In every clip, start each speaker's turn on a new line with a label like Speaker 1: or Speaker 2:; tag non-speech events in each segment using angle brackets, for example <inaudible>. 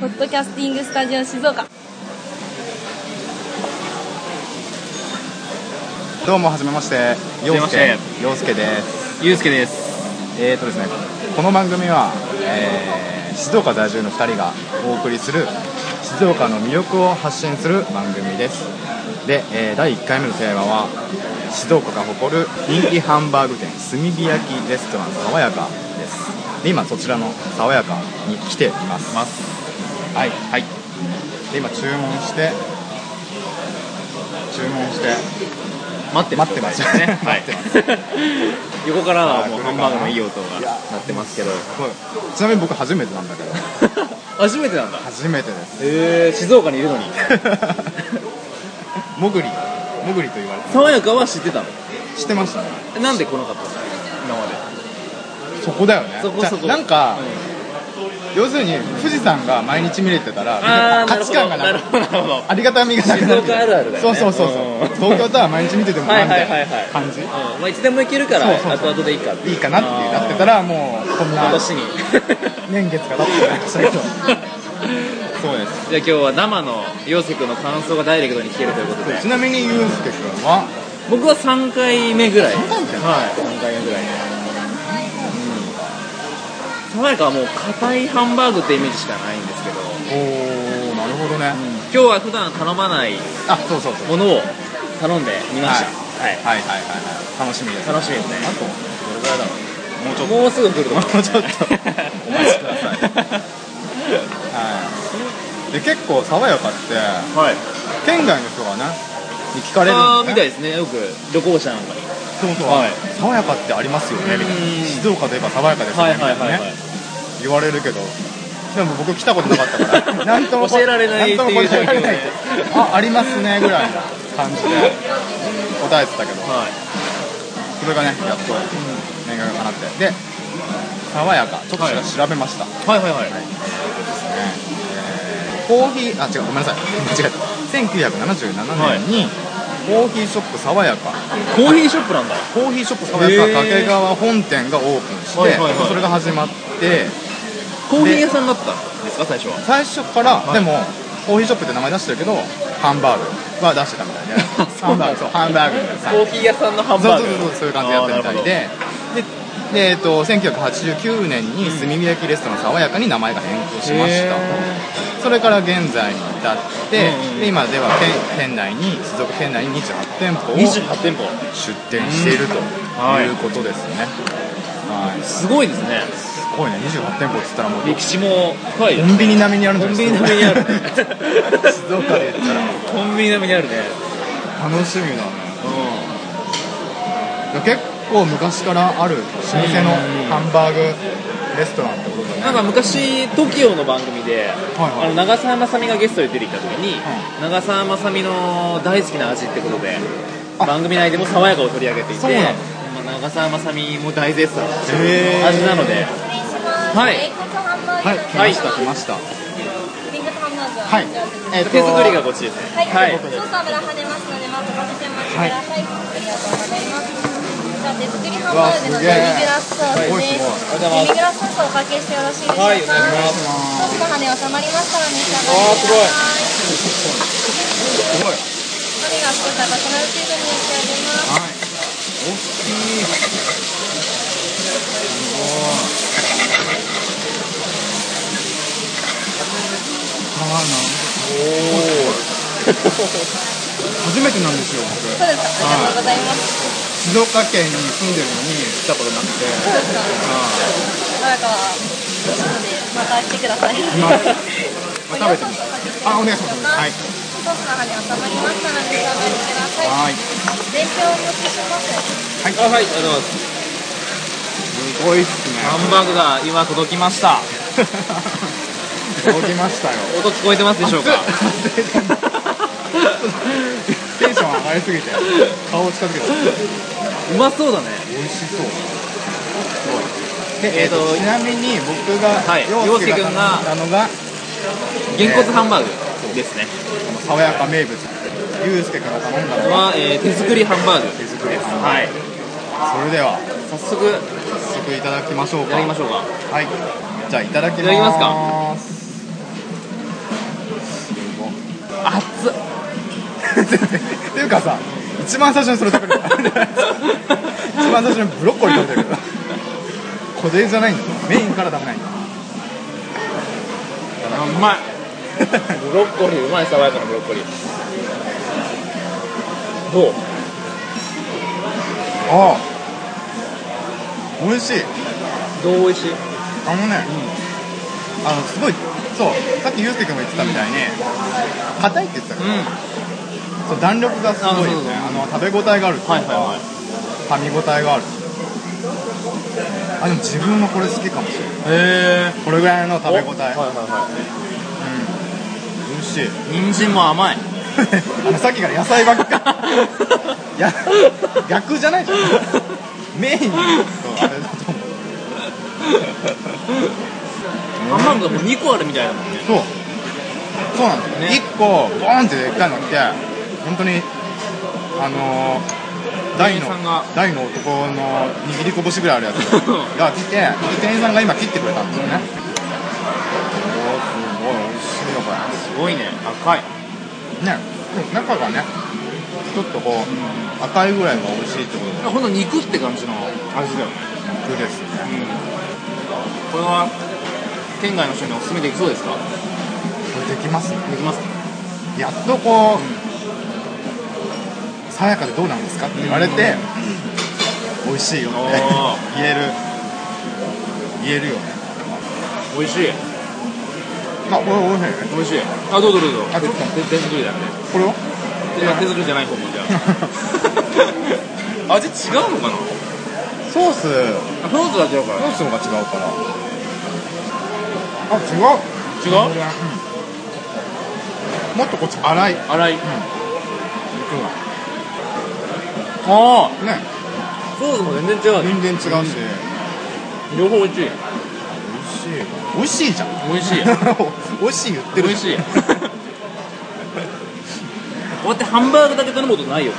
Speaker 1: ポッドキャスティングスタジオ静岡。
Speaker 2: どうもはじめまして、
Speaker 3: じめまして
Speaker 2: 陽介です。
Speaker 3: ゆうすけです
Speaker 2: えーとですね、この番組は、えー静岡在住の2人がお送りする静岡の魅力を発信する番組です。で、えー第1回目のテーマは静岡が誇る人気ハンバーグ店炭火焼きレストラン爽やかです。で今そちらの爽やかに来ています。
Speaker 3: ます
Speaker 2: はい。
Speaker 3: はい
Speaker 2: で今注文して注文して
Speaker 3: 待って
Speaker 2: 待ってます
Speaker 3: ねはい <laughs> 横からはも
Speaker 2: あ
Speaker 3: う
Speaker 2: ー
Speaker 3: ハンバーグのいい音
Speaker 2: い
Speaker 3: が
Speaker 2: や
Speaker 3: 鳴ってますけど
Speaker 2: これちなみに僕初めてなんだけ
Speaker 3: <laughs>
Speaker 2: ど
Speaker 3: 初めてなんだ
Speaker 2: 初めてです。
Speaker 3: えー、静岡にいるのに
Speaker 2: <laughs> もぐりもぐりと言われて
Speaker 3: 爽やかは知ってたの
Speaker 2: 知ってましたね
Speaker 3: えなんで来なかったの今まで
Speaker 2: そこだよね
Speaker 3: そこ
Speaker 2: じゃあ
Speaker 3: そこ
Speaker 2: なんか、要するに富士山が毎日見れてた
Speaker 3: あ
Speaker 2: ら
Speaker 3: <laughs> あ
Speaker 2: 価値観が
Speaker 3: な
Speaker 2: な
Speaker 3: る
Speaker 2: く
Speaker 3: ほどなるほど
Speaker 2: ありがたみがなくなる
Speaker 3: <laughs> 静岡あるあるだよね
Speaker 2: そうそうそうそう
Speaker 3: うん
Speaker 2: 東京タワー毎日見てても
Speaker 3: は
Speaker 2: ないん
Speaker 3: は
Speaker 2: だ
Speaker 3: いはいはい
Speaker 2: 感じ
Speaker 3: うんまあ、いつでも行けるから
Speaker 2: そうそうそう
Speaker 3: 後々でいいか
Speaker 2: いいかなってなってたらもうこん
Speaker 3: 今
Speaker 2: な
Speaker 3: 年に
Speaker 2: 年月が経ってましたけどそうです
Speaker 3: <laughs> じゃあ今日は生の陽介君の感想がダイレクトに聞けるということで
Speaker 2: ちなみにユースケ君は
Speaker 3: 僕は3回目ぐらい
Speaker 2: 回
Speaker 3: 3
Speaker 2: 目
Speaker 3: はい3回目ぐらいうん爽やかはもう硬いハンバーグってイメージしかないんですけど、
Speaker 2: おーなるほどね、
Speaker 3: 今日は普段頼まない
Speaker 2: あそうそうそう
Speaker 3: ものを頼んでみましたはい、
Speaker 2: はいはいはいはい楽しみです
Speaker 3: 楽しみですね
Speaker 2: あと
Speaker 3: どれぐらいだろ
Speaker 2: もうちょっ
Speaker 3: う
Speaker 2: と
Speaker 3: もうすぐ来ると思います
Speaker 2: もうちょっとお待ちくださいはい、で結構爽やかって
Speaker 3: はい
Speaker 2: 県外の人がねに聞かれるん
Speaker 3: ああみ
Speaker 2: だ
Speaker 3: たい
Speaker 2: よね
Speaker 3: ですねよく旅行者なんかに
Speaker 2: そうそう、
Speaker 3: はい
Speaker 2: 爽やかってありますよねみたい
Speaker 3: うん
Speaker 2: な静岡といえば爽やかですよねみたいなね言われるけどでも僕来たことなかったから
Speaker 3: <laughs>
Speaker 2: なんとも
Speaker 3: 教えられない
Speaker 2: んとも
Speaker 3: っていう
Speaker 2: 答えられない
Speaker 3: 状
Speaker 2: あありますねぐらいの感じで答えてたけど
Speaker 3: はい
Speaker 2: それがねやっと念願が叶ってで爽やかちょっと調べました、
Speaker 3: はいはいはい
Speaker 2: コーヒーあ違うごめんなさい間違
Speaker 3: <laughs>
Speaker 2: えた1977年にコーヒーショップ爽やか、
Speaker 3: コーヒーショップなんだ
Speaker 2: コーヒーショップ爽やか
Speaker 3: へー
Speaker 2: 掛川本店がオープンして、
Speaker 3: はいはいはい
Speaker 2: それが始まって
Speaker 3: コーヒー屋さんだったんですか最初は
Speaker 2: 最初から、
Speaker 3: はい
Speaker 2: でもコーヒーショップって名前出してるけどハンバーグは出してたみたいで
Speaker 3: <laughs> そ
Speaker 2: ハ
Speaker 3: う
Speaker 2: ン
Speaker 3: な
Speaker 2: バ
Speaker 3: ん
Speaker 2: ーグ
Speaker 3: だ
Speaker 2: そうハンバーグみたいなさ
Speaker 3: コーヒー屋さんのハン
Speaker 2: そう
Speaker 3: バー
Speaker 2: そう
Speaker 3: グ
Speaker 2: そうそういう感じでやってるみたいで
Speaker 3: あー
Speaker 2: でで、えー、
Speaker 3: なる
Speaker 2: と1989年に炭火焼きレストラン爽やかに名前が変更しました
Speaker 3: へ
Speaker 2: それから現在に至って、
Speaker 3: うんうん
Speaker 2: で今では県県内に静岡県内に28店舗を
Speaker 3: ほど28店舗
Speaker 2: 出店していると
Speaker 3: はい
Speaker 2: いうことですね、はい、す
Speaker 3: すごいですね
Speaker 2: ごいね28店舗っつったらもう
Speaker 3: 歴史も深い
Speaker 2: コンビニ並みにあるんじ
Speaker 3: コ
Speaker 2: ゃな
Speaker 3: ン
Speaker 2: い
Speaker 3: ビニ
Speaker 2: ですか
Speaker 3: 並みにあるね
Speaker 2: <laughs> 静岡で言ったら
Speaker 3: コンビニ並みにあるね
Speaker 2: 楽しみだねいや結構昔からある老舗のハンバーグレストランってことだね
Speaker 3: なんか昔 TOKIO の番組で、
Speaker 2: はい
Speaker 3: あの長澤まさみがゲストで出てきた時に、長澤まさみの大好きな味ってことで
Speaker 2: あ
Speaker 3: 番組内でも爽やかを取り上げていて
Speaker 2: そうなの
Speaker 3: まあ長澤まさみも大絶賛の
Speaker 2: へー
Speaker 3: 味なのではい
Speaker 1: 英国ハンバーグ。
Speaker 2: はい、来ました、
Speaker 3: はい
Speaker 2: 来ました。
Speaker 1: 英国ハンバーグは。
Speaker 2: はい
Speaker 1: じゃあ次。
Speaker 2: えっと
Speaker 3: 手作りがこっちですね
Speaker 1: はい。
Speaker 3: はい
Speaker 1: ちょっと油跳ねますので、まずかけて待ってください。ありがとうございます。じゃあ手作りハンバーグのデミグラスソース
Speaker 2: うわすげ
Speaker 1: で
Speaker 2: え
Speaker 1: す。デ
Speaker 3: すごい
Speaker 1: ミグラスソースをおかけしてよろしいでしょうか。
Speaker 3: はいお願いし
Speaker 1: ソースの羽を収まりましたら召し上がりください。
Speaker 2: す
Speaker 3: わあすごい
Speaker 2: ごい。はい。
Speaker 1: ソリが少し赤くなる程度に焼き上げます。
Speaker 2: 大きい。すごい。かわいいな。おお。初めてなんですよ、僕。
Speaker 1: そうですか。ありがとうございます。
Speaker 2: 静岡県に住んでるのに来たことなくて。
Speaker 1: そうですか。
Speaker 2: あ
Speaker 1: なんかなのでまた来てください。
Speaker 2: はいまあ食べてみあ、お願いします。はい。
Speaker 1: ソースの羽に収まりましたので召し上がりください。
Speaker 2: はい。
Speaker 1: 冷凍をお持ちします。
Speaker 2: はい。
Speaker 3: あはいありがとうございます
Speaker 2: すごいっすね。
Speaker 3: ハンバーグが今届きました
Speaker 2: 届きましたよ。
Speaker 3: 音聞こえてますでし <laughs> ょうか
Speaker 2: テンション上がりすぎて顔近づけた
Speaker 3: うまそうだね
Speaker 2: 美味しそう
Speaker 3: え
Speaker 2: で、え
Speaker 3: ー
Speaker 2: ー
Speaker 3: と
Speaker 2: とちなみに僕が、
Speaker 3: はい
Speaker 2: 陽介が頼んだのが
Speaker 3: げんこつハンバーグですね
Speaker 2: この爽やか名物ゆうすけから頼んだのが
Speaker 3: は、えー手作りハンバーグ
Speaker 2: 手作りハンバーグ
Speaker 3: はい
Speaker 2: それでは
Speaker 3: 早速い
Speaker 2: 早速いただきましょう
Speaker 3: た
Speaker 2: か
Speaker 3: だきましょうか
Speaker 2: はいじゃあいただきま
Speaker 3: いただきます
Speaker 2: すごい
Speaker 3: 熱っ
Speaker 2: っていうかさ一番最初にそれ食べる <laughs> 一番最初にブロッコリー食べてる小手じゃないんだメインから食べないんだ
Speaker 3: うまいブロッコリーうまい爽やかなブロッコリーどう
Speaker 2: ああ美味しい
Speaker 3: どう美味しい
Speaker 2: あのね、あのすごいそうさっきゆうすけ君も言ってたみたいに硬いって言ってたから、
Speaker 3: う
Speaker 2: そう弾力がすごいよね
Speaker 3: あ
Speaker 2: あの食べ応えがあるっていうか、
Speaker 3: はいはいはい
Speaker 2: 噛み応えがあるあでも自分もこれ好きかもしれない
Speaker 3: んへえ
Speaker 2: これぐらいの食べ応え、
Speaker 3: はいはいは
Speaker 2: うん、美味しい <laughs>
Speaker 3: い人参も甘 <laughs> い
Speaker 2: あのさっきから野菜ばっか <laughs> いや逆じゃ <laughs> ないじゃんメインにそうあれだと思う
Speaker 3: ハンバーグがもう2個あるみたいだも <laughs> んね
Speaker 2: そうそうなんですよ、ね、
Speaker 3: ね
Speaker 2: 1個ボーンってでっかいのって本当にあのー、大の
Speaker 3: 店員さんが
Speaker 2: 大の男の握りこぼしぐらいあ
Speaker 3: <laughs>
Speaker 2: るやつが来て店員さんが今切ってくれたんですよね、おおーすごい美味しいよこ
Speaker 3: すごいね赤い
Speaker 2: れね中がねちょっとこう赤いぐらいが美味しいってことで
Speaker 3: ほんと肉って感じの味だよね
Speaker 2: 肉ですね
Speaker 3: うんこれは県外の人におすすめできそうですか
Speaker 2: これできますね
Speaker 3: できます
Speaker 2: やっとこう「さやかでどうなんですか?」って言われて「美味しいよ」って
Speaker 3: おー
Speaker 2: 言える言えるよね
Speaker 3: 美味しい
Speaker 2: まあこれ美味しいね
Speaker 3: 美味しいあどうぞどうぞ
Speaker 2: あちょっと
Speaker 3: 手手作りだね
Speaker 2: これを
Speaker 3: いや手作りじゃない方もじゃ <laughs> あ味違うのかな
Speaker 2: ソースソ
Speaker 3: あソースが違うから
Speaker 2: ースの方が違うからあ違う
Speaker 3: 違
Speaker 2: う
Speaker 3: うん
Speaker 2: もっとこっち粗い肉
Speaker 3: 粗いあ
Speaker 2: がね
Speaker 3: あソースも全然違う
Speaker 2: 全然違うし美味
Speaker 3: 両方美味しい
Speaker 2: しい美味しいじゃん
Speaker 3: 美味しい
Speaker 2: 美味しい言って
Speaker 3: 美
Speaker 2: る
Speaker 3: 味しいこうやってハンバーグだけ頼むことないよ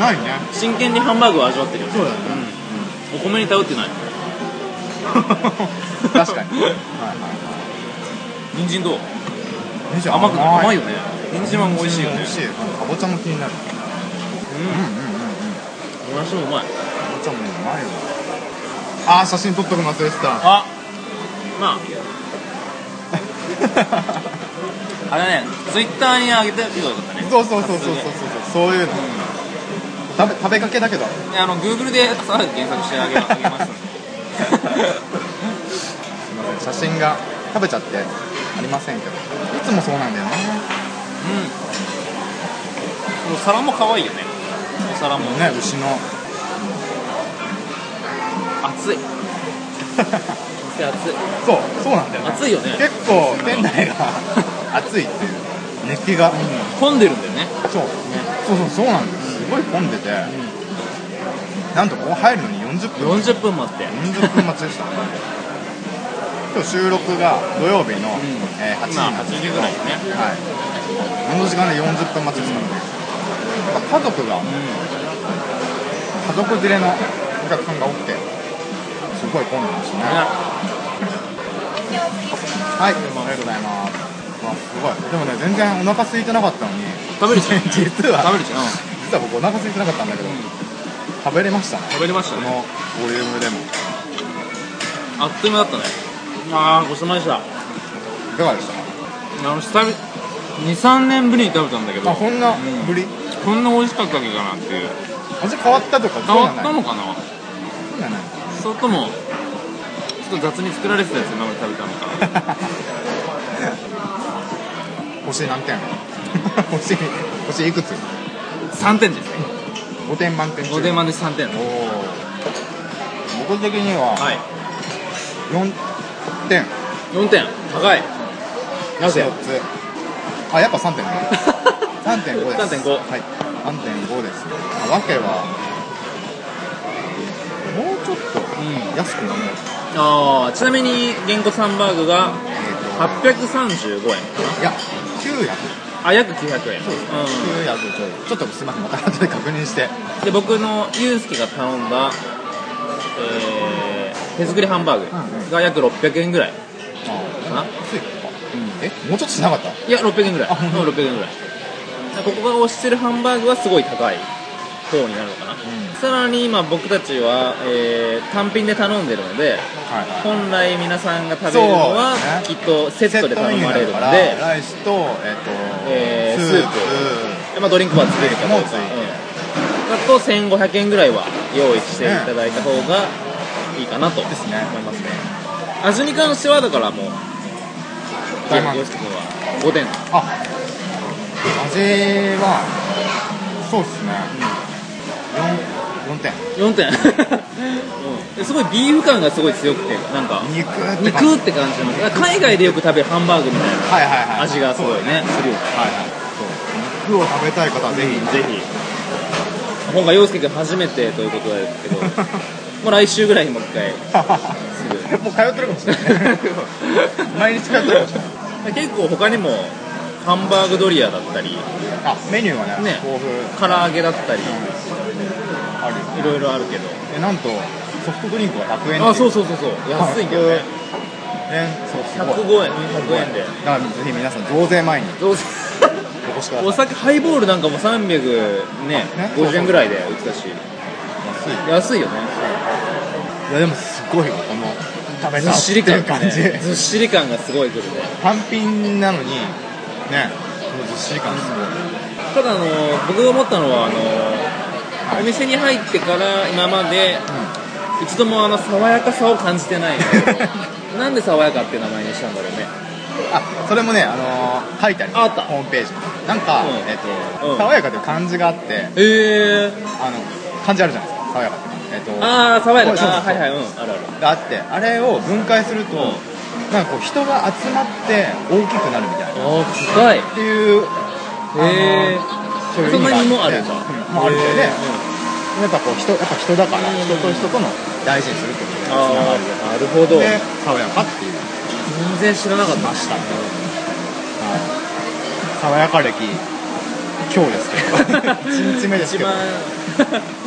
Speaker 2: ないね
Speaker 3: 真剣にハンバーグを味わってるよ
Speaker 2: そうだね
Speaker 3: お米に頼ってない
Speaker 2: 確かにはいはい
Speaker 3: 人参どう
Speaker 2: ねじゃあ
Speaker 3: 甘くない甘い
Speaker 2: よ
Speaker 3: よね人参はもう美味しいよね
Speaker 2: 美味しいかぼちゃも気になるうんうんうんうん
Speaker 3: うんもやしもうまい
Speaker 2: かぼちゃもうまいわあー写真撮っとくの忘れてた
Speaker 3: あまああれねツイッターに上げてるよかったね
Speaker 2: <laughs> そうそうそうそうそうそうそうそう
Speaker 3: さすがに
Speaker 2: いうの食べ食べかけだけど
Speaker 3: いやあの Google でさらに検索してあげあげますんで
Speaker 2: すいません写真が食べちゃってありませんけどいつもそうなんだよね
Speaker 3: この皿も可愛いよねお皿も
Speaker 2: ね牛の
Speaker 3: 熱い店 <laughs> 熱い
Speaker 2: そうそうなんだよね
Speaker 3: 熱いよね
Speaker 2: 結構店内が <laughs> 暑いっていう熱気が
Speaker 3: 混んでるんだよね
Speaker 2: そうそうそうそうなんですすごい混んでてなんとここ入るのに40分
Speaker 3: 40分待って
Speaker 2: 40分待ちでしたね今日収録が土曜日の、えー8時
Speaker 3: まあ
Speaker 2: なんですけ
Speaker 3: 80
Speaker 2: ど
Speaker 3: ぐらいね
Speaker 2: はいこの時間で40分待ちでしたので、やっぱ家族が
Speaker 3: う
Speaker 2: 家族連れのお客さんが多くてすごい混んでましたねはいありがとうございますわすごいでもね全然お腹空いてなかったのに
Speaker 3: <laughs> 食べるじゃん
Speaker 2: <laughs> 実は
Speaker 3: 食べるじゃん
Speaker 2: 実は僕お腹空いてなかったんだけど、
Speaker 3: うん
Speaker 2: 食べれましたね
Speaker 3: 食べれまし
Speaker 2: こ
Speaker 3: た
Speaker 2: の
Speaker 3: ね
Speaker 2: ボリュームでも
Speaker 3: あっという間だったねああごちそうさまでした
Speaker 2: いかがでしたか
Speaker 3: あの久々23年ぶりに食べたんだけど
Speaker 2: あこんな
Speaker 3: うん
Speaker 2: ぶり、
Speaker 3: こんな美味しかったわけかなっていう
Speaker 2: 味変わったとかそう
Speaker 3: 変
Speaker 2: じ
Speaker 3: わ
Speaker 2: ゃ
Speaker 3: っ
Speaker 2: ない
Speaker 3: たのかな
Speaker 2: そうじゃない
Speaker 3: それともちょっと雑に作られてたやつ今まで食べたのかな
Speaker 2: 星何点 <laughs> 星星いくつ
Speaker 3: <laughs> 3点ですね
Speaker 2: 5点満点中
Speaker 3: 5点満で3点
Speaker 2: おー僕的には
Speaker 3: はい
Speaker 2: 4点
Speaker 3: 4点高いなぜ
Speaker 2: 一つあやっぱ3.5 3.5
Speaker 3: <laughs>
Speaker 2: です
Speaker 3: 3.5
Speaker 2: はい3.5ですねわけはもうちょっ
Speaker 3: う
Speaker 2: と安くなる
Speaker 3: ああちなみにげんこつハンバーグが
Speaker 2: えーと
Speaker 3: 835円
Speaker 2: いや900
Speaker 3: あ約900円
Speaker 2: そうですね900ちょいちょっとすいませんまた後で確認して
Speaker 3: うんで僕のユうスケが頼んだえー手作りハンバーグが約600円ぐらい
Speaker 2: あ
Speaker 3: な
Speaker 2: ついかえもうちょっとしなかった
Speaker 3: いや600円ぐらい
Speaker 2: あ
Speaker 3: うん
Speaker 2: ほんと
Speaker 3: 600円ぐらいここが推してるハンバーグはすごい高い方になるのかな、
Speaker 2: ん
Speaker 3: さらに今僕たちは、えー単品で頼んでるので
Speaker 2: はいはい
Speaker 3: 本来皆さんが食べるのは
Speaker 2: そうね
Speaker 3: きっとセットで頼まれる
Speaker 2: セットメニュー
Speaker 3: の
Speaker 2: だから
Speaker 3: で、
Speaker 2: ライスと,、えっと
Speaker 3: えー
Speaker 2: スー
Speaker 3: スー
Speaker 2: プ
Speaker 3: プまあ、ドリンクバーついてるかどう
Speaker 2: もうつ
Speaker 3: か
Speaker 2: いてる
Speaker 3: うんだと1500円ぐらいは用意していただいた方がいいかなと思い
Speaker 2: ですね
Speaker 3: ますね味に関してはだからもう
Speaker 2: 大満足
Speaker 3: よしき君は5点
Speaker 2: あ味はそうですね、四四点
Speaker 3: 4点、うんですごいビーフ感がすごい強くてなんか
Speaker 2: 肉って感じ
Speaker 3: 肉って感じの海外でよく食べるハンバーグみたいな
Speaker 2: はいはいはい
Speaker 3: 味がすごいねするよね
Speaker 2: はいはいそう肉を食べたい方はぜひ、
Speaker 3: ぜひ今回陽介君初めてということですけ <laughs> どもう来週ぐらいにもう一回
Speaker 2: <laughs>
Speaker 3: す
Speaker 2: もう通ってるかもしれ
Speaker 3: <laughs>
Speaker 2: ない毎日通ってるかもしれない
Speaker 3: 結構他にもハンバーグドリアだったり
Speaker 2: あメニューがね
Speaker 3: ね
Speaker 2: 豊富
Speaker 3: 唐揚げだったり
Speaker 2: あるよ
Speaker 3: いろいろあるけど
Speaker 2: えなんとソフトドリンクが100円
Speaker 3: あそううそうそうそう安いけどね
Speaker 2: ねそうすごい
Speaker 3: 105円105円で
Speaker 2: だからぜひ皆さん増税前に
Speaker 3: どうせ
Speaker 2: お越しください
Speaker 3: お酒ハイボールなんかも300ね
Speaker 2: ね
Speaker 3: 50円ぐらいで売ってたし
Speaker 2: 安い
Speaker 3: 安いよね
Speaker 2: いやでもすごいよこの食べ
Speaker 3: ず
Speaker 2: さ
Speaker 3: っ
Speaker 2: せ
Speaker 3: してり感
Speaker 2: る
Speaker 3: が
Speaker 2: 感
Speaker 3: ね
Speaker 2: じ
Speaker 3: ずっしり感がすごいくるね
Speaker 2: <laughs> 単品なのにねこのずっしり感すごい
Speaker 3: ただあの僕が思ったのはあのお店に入ってから今まで一度もあの爽やかさを感じて <laughs> ないのなんで爽やかって名前にしたんだろうね
Speaker 2: あそれもねあのー書いてあります
Speaker 3: あった
Speaker 2: ホームページになんか、
Speaker 3: うん
Speaker 2: えっ、と、
Speaker 3: うん
Speaker 2: 爽やかという漢字があって
Speaker 3: ええ
Speaker 2: あの漢字あるじゃないですか爽やかってえっ、と
Speaker 3: ああ爽やか
Speaker 2: そうそうそう
Speaker 3: あーはいはいうんあるある
Speaker 2: があってあれを分解すると、
Speaker 3: うん
Speaker 2: なんかこう人が集まって大きくなるみたいなっ
Speaker 3: ああ深い
Speaker 2: ていう
Speaker 3: へえ
Speaker 2: そういう
Speaker 3: そ
Speaker 2: 意
Speaker 3: んなに
Speaker 2: 味
Speaker 3: も
Speaker 2: があ
Speaker 3: あ
Speaker 2: って
Speaker 3: るんだ
Speaker 2: うんもあるんだよね
Speaker 3: へ
Speaker 2: やっぱこう人やっぱ人だから
Speaker 3: うん
Speaker 2: 人と人との大事にするってことにつな
Speaker 3: ー
Speaker 2: が
Speaker 3: あ
Speaker 2: る
Speaker 3: あなるほど
Speaker 2: で爽やかっていう
Speaker 3: 全然知らなか <laughs> った
Speaker 2: ましたね爽やか歴今日ですけど
Speaker 3: <laughs>
Speaker 2: 1日目ですけど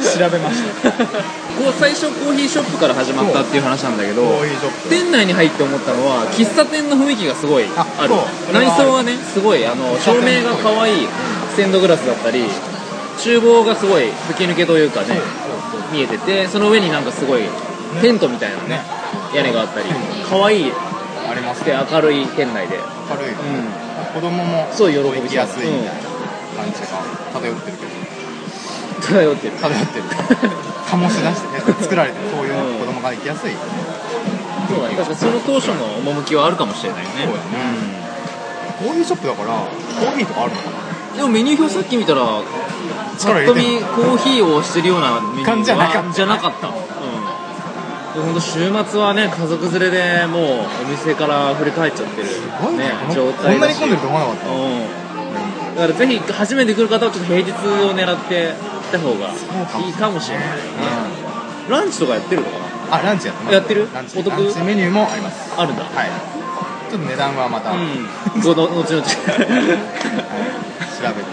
Speaker 3: 一番
Speaker 2: 調べました
Speaker 3: <laughs> こう最初コーヒーショップから始まったっていう話なんだけど
Speaker 2: コーヒーショップ
Speaker 3: 店内に入って思ったのは喫茶店の雰囲気がすごいある
Speaker 2: あそう
Speaker 3: 内装はねすごいあの照明が可愛いステンドグラスだったり厨房がすごい吹き抜けというかね見えててその上になんかすごいテントみたいな
Speaker 2: ね
Speaker 3: ね屋根があったり可愛い
Speaker 2: あります
Speaker 3: で
Speaker 2: ね
Speaker 3: 明るい店内で
Speaker 2: 軽い子供も
Speaker 3: そう喜びそう
Speaker 2: 行きやすいみたいな感じが漂ってるけど <laughs>
Speaker 3: 漂ってる
Speaker 2: 漂ってる醸し出してね作られてるそういう子供が行きやすい
Speaker 3: そうだね確かその当初の趣はあるかもしれないね
Speaker 2: そうだねコーヒーショップだからコーヒーとかあるのかな
Speaker 3: でもメニュー表さっき見たらぱ
Speaker 2: 力
Speaker 3: っ
Speaker 2: 入れ
Speaker 3: と
Speaker 2: て
Speaker 3: 見
Speaker 2: んの
Speaker 3: コーヒーを推してるようなメニュー
Speaker 2: 感じじゃなかった
Speaker 3: はじゃなかったうんで本当週末はね家族連れでもうお店から振り返っちゃってる
Speaker 2: こん
Speaker 3: ね
Speaker 2: な
Speaker 3: 状
Speaker 2: こん
Speaker 3: 態
Speaker 2: な
Speaker 3: だ
Speaker 2: に
Speaker 3: し
Speaker 2: 混んでると思わなかった
Speaker 3: うんだからぜひ初めて来る方はちょっと平日を狙って来た方が
Speaker 2: うかも
Speaker 3: いいかもしれないねランチとかやってるのかな
Speaker 2: あランチやってます
Speaker 3: やってる
Speaker 2: ランチ
Speaker 3: お得
Speaker 2: ランチメニューもあります
Speaker 3: あるんだ
Speaker 2: はいちょっと値段はまた、
Speaker 3: う
Speaker 2: はい
Speaker 3: ん後
Speaker 2: <laughs>
Speaker 3: 々後々
Speaker 2: 調べて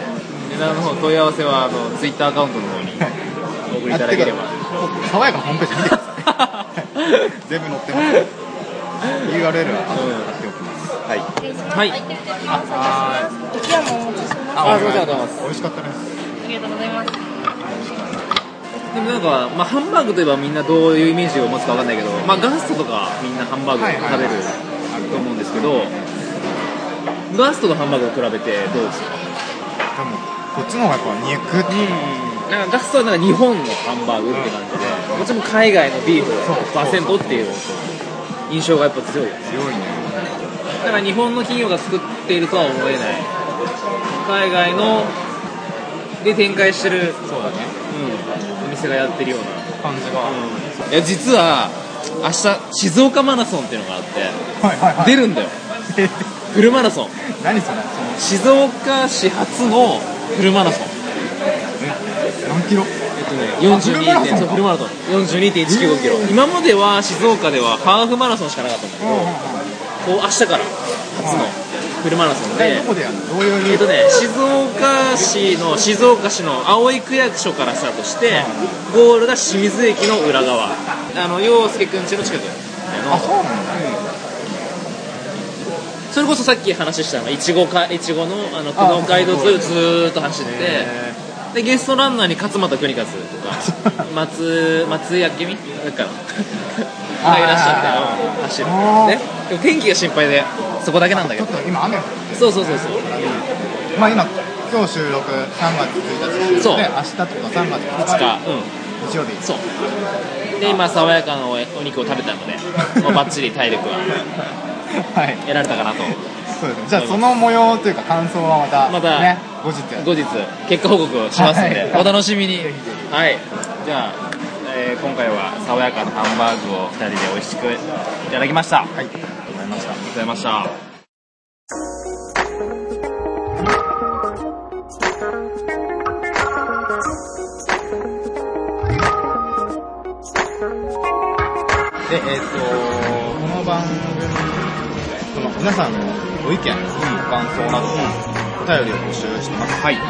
Speaker 3: 値段の方問い合わせはあのツイッターアカウントの方に <laughs> お送りいただければ
Speaker 2: あてか爽やかホームページ見てください
Speaker 3: <laughs>
Speaker 2: <laughs> 全部載ってます URL は後で貼っておきます、はい
Speaker 1: はい。入ってるでます。
Speaker 2: は
Speaker 1: おきわもお持ちしてます。
Speaker 3: あ
Speaker 1: あ
Speaker 3: ありがとうございます
Speaker 2: 美味しかったです
Speaker 1: りがとうございます。
Speaker 3: でもなんか、まあ、ハンバーグといえばみんなどういうイメージを持つかわかんないけど、まあ、ガストとかみんなハンバーグ食べると思うんですけど、ガストとハンバーグを比べてどうですか、
Speaker 2: 多分こっちの方がやっぱ肉って
Speaker 3: なんかガストはなんか日本のハンバーグって感じで、もちろん海外のビーフ100%っていう印象がやっぱ強いよね
Speaker 2: 強いね
Speaker 3: だから日本の企業が作っているとは思えない海外ので展開してる、
Speaker 2: そうだね
Speaker 3: うん、お店がやってるような
Speaker 2: 感じが、
Speaker 3: いや実は明日静岡マラソンっていうのがあって、
Speaker 2: はいはいはい
Speaker 3: 出るんだよ
Speaker 2: え
Speaker 3: フルマラソン
Speaker 2: <laughs> 何それ
Speaker 3: 静岡市初のフルマラソン
Speaker 2: その何キロ
Speaker 3: えっとね
Speaker 2: あフルマラソンか
Speaker 3: 42そうフルマラソン42.195キロ今までは静岡ではハーフマラソンしかなかったんだけど、こう明日から初のフルマラソン
Speaker 2: え
Speaker 3: で
Speaker 2: どこでやるのどういう
Speaker 3: えっとね、静岡市の静岡市の葵区役所からスタートしてゴールが清水駅の裏側あの陽介くん家の近く
Speaker 2: あそうなんだ、
Speaker 3: それこそさっき話したのいちごかいちごのあのこのガイド沿いをずーっと走って
Speaker 2: へ
Speaker 3: でゲストランナーに勝俣邦和と <laughs> か松松井明美なんか
Speaker 2: あー
Speaker 3: がいらっしゃってあの走る
Speaker 2: あー
Speaker 3: ねでも天気が心配でそこだけなんだけ
Speaker 2: ちょ
Speaker 3: ど
Speaker 2: っと今雨降ってる
Speaker 3: そうそうそうそう
Speaker 2: まあ今今日収録3月1日
Speaker 3: そう
Speaker 2: で明日ってことは3月
Speaker 3: いつかうん
Speaker 2: 日曜日
Speaker 3: そうで今爽やかなおお肉を食べたの <laughs> でもうバッチリ体力は
Speaker 2: <laughs> はい
Speaker 3: 得られたかなと
Speaker 2: そうですねじゃあその模様というか感想はまた
Speaker 3: また
Speaker 2: ね後日
Speaker 3: 後日結果報告をしますので、
Speaker 2: はい
Speaker 3: お楽しみに
Speaker 2: ぜひぜひ
Speaker 3: はいじゃあ、えー今回は爽やかなハンバーグを2人で美味しくいただきましたありが
Speaker 2: はいありがとうございました
Speaker 3: とうございました
Speaker 2: でえっ、とこの番組その皆さんのご意見、ご感想など、お便りを募集してます
Speaker 3: はい
Speaker 2: で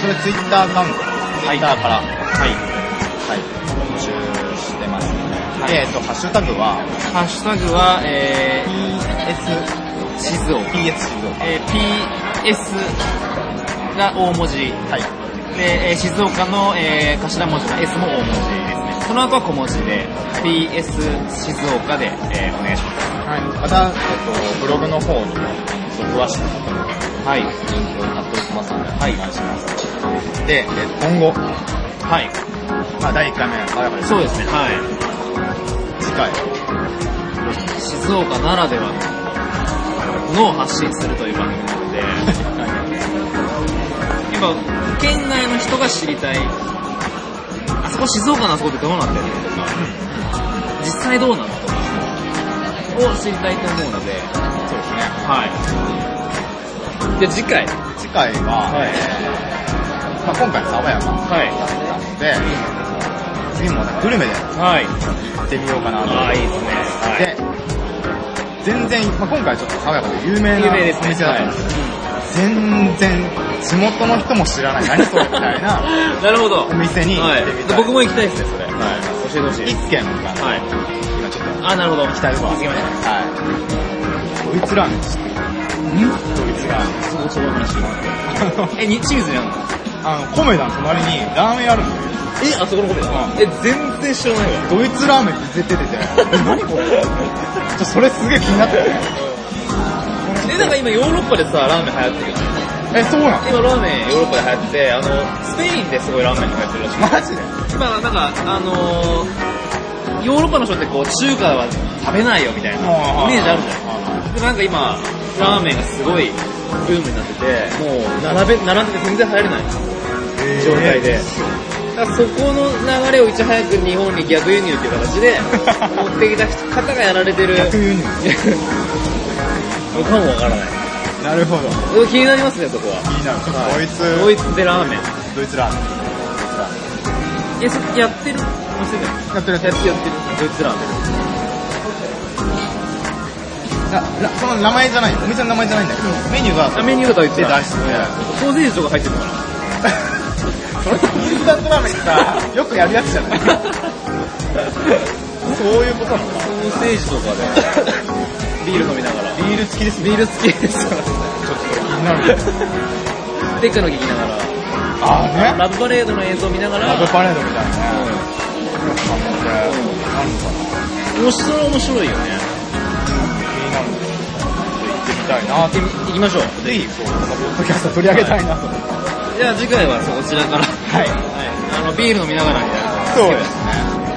Speaker 2: それツイッターアカウントツイッターから、はい
Speaker 3: はい
Speaker 2: 募集してますので、
Speaker 3: はい
Speaker 2: でえっ、とハッシュタグは
Speaker 3: ハッシュタグは、え
Speaker 2: PS
Speaker 3: ー、静岡、
Speaker 2: PS 静岡
Speaker 3: えー PS が大文字
Speaker 2: はい
Speaker 3: で、えー静岡の、えー頭文字の S も大文字ですね。その後は小文字で、PS 静岡で、えーお願いします。
Speaker 2: はい、また、えっと、ブログの方にも、そう詳しく
Speaker 3: はい。
Speaker 2: リンクを貼っておきますので、お願いします。で、え今後、
Speaker 3: はい。
Speaker 2: まあ、第1回目は爽やかです。
Speaker 3: そうですね。は
Speaker 2: 次回、
Speaker 3: い。静岡ならではの、のを発信するという番組な <laughs> ので、やっぱ、県内の人が知りたい、あそこ静岡のあそこってどうなってるのとか、実際どうなのとか、を知りたいと思うので、
Speaker 2: そうですね。
Speaker 3: はい。で、次回。
Speaker 2: 次回は、
Speaker 3: はい
Speaker 2: まあ、今回爽やかな
Speaker 3: はい。
Speaker 2: ので、次もね、グルメで
Speaker 3: はい。
Speaker 2: 行ってみようかなと。
Speaker 3: ああ、いいですね。はい。
Speaker 2: で、全然、まあ、今回ちょっと爽やかで有名な
Speaker 3: 有
Speaker 2: お
Speaker 3: 名ですね
Speaker 2: 店だったんですけど、全然地元の人も知らない、何それみたいな。
Speaker 3: <laughs> なるほど。
Speaker 2: お店に行
Speaker 3: は
Speaker 2: っ
Speaker 3: い
Speaker 2: てみたい。
Speaker 3: 僕も行きたいですね、それ。はい。教えてほし
Speaker 2: い
Speaker 3: い。
Speaker 2: つ県が、
Speaker 3: はい。
Speaker 2: 今ちょっと
Speaker 3: あ、なるほど。
Speaker 2: 行きたいとこ
Speaker 3: 行きました。
Speaker 2: はい。ドイツラーメンです。ドイツラーメン。
Speaker 3: すごいその話。え、にチーズにあんの
Speaker 2: あの、コメダの隣にラーメン屋あるんですよ。
Speaker 3: え、あそこのことだ。え、全然知らないわ。
Speaker 2: ドイツラーメンって絶対出てて。何これちょっとそれすげえ気になってたね。
Speaker 3: え、なんか今ヨーロッパでさ、ラーメン流行ってるよね。
Speaker 2: え、そうなの
Speaker 3: 今ラーメンヨーロッパで流行ってて、あの、スペインですごいラーメンが流行ってるらしい。
Speaker 2: マジで
Speaker 3: 今なんか、あのー、ヨーロッパの人ってこう、中華は食べないよみたいなイメージあるじゃないでなんか今、ラーメンがすごいブームになってて、もう並べ、並んでて全然入れない状態で。だからそこの流れをいち早く日本に逆輸入っていう形 <laughs> で持ってきた方がやられてる。
Speaker 2: 逆輸入。
Speaker 3: <laughs> 僕はもうわからない。
Speaker 2: なるほど。
Speaker 3: うん気になりますね、そこは。
Speaker 2: いいな、ドイツ、
Speaker 3: ドイツでラーメン。
Speaker 2: ドイツラーメン。
Speaker 3: え、そやってるお店だよ。
Speaker 2: やってるや
Speaker 3: やってやってる。ドイツラーメン。
Speaker 2: その名前じゃない、お店の名前じゃないんだけど、メニューが、
Speaker 3: あメニューがドイツ
Speaker 2: で出
Speaker 3: ラーメン。
Speaker 2: してて、
Speaker 3: ソーセージとか入って <laughs> るのかな
Speaker 2: それインスタントラーメンさ、よくやるやつじゃないそういうことなの
Speaker 3: ソーセージとか <laughs> で、ビール飲みながら。
Speaker 2: ビール付きですね。
Speaker 3: ビール好き <laughs> ですから。
Speaker 2: ちょっと気になる。
Speaker 3: でっかいの聞きながら。
Speaker 2: あーね。
Speaker 3: ラブパレードの映像見ながら、
Speaker 2: ラブパレードみたいなね。
Speaker 3: う
Speaker 2: 感じで、なんか
Speaker 3: ん面白い面白いよね。
Speaker 2: 気になるんで、ちょっと行ってみたいなって。
Speaker 3: 行ってみ行きましょう。
Speaker 2: ぜひ、そう、なんかポッドキャスト取り上げたいなと。
Speaker 3: じゃあ次回はそちらから、
Speaker 2: はい。
Speaker 3: はい、あの、ビール飲みながらみた
Speaker 2: そう
Speaker 3: いな。
Speaker 2: です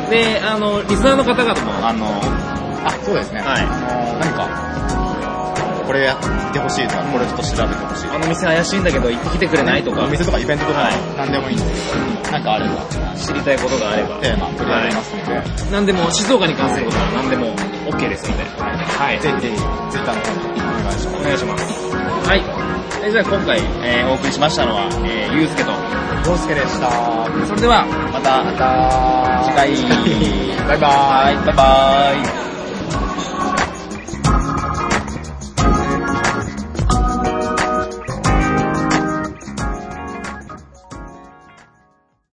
Speaker 2: ね。
Speaker 3: で、あの、リスナーの方々も、
Speaker 2: あの、あ、そうですね。
Speaker 3: はい
Speaker 2: あの何か、これやってほしいとか、これちょっと調べてほしい。
Speaker 3: あの店怪しいんだけど行ってきてくれないとか
Speaker 2: お、店とかイベントとか
Speaker 3: はい、
Speaker 2: 何でもいいんですけど、なんかあれば、
Speaker 3: 知りたいことがあれば、
Speaker 2: テーマ取り上げますので、
Speaker 3: 何でも、静岡に関することは何でも OK ですので、はい
Speaker 2: ぜひぜひ、ツイッターの方にお願いしま
Speaker 3: お願いします。はい。えじゃあ今回、えーお送りしましたのは、えー、ゆうすけと、
Speaker 2: す。陽介でした。
Speaker 3: それでは、また、
Speaker 2: また
Speaker 3: 次回、
Speaker 2: バイバーイ。
Speaker 3: はい、バイバイ。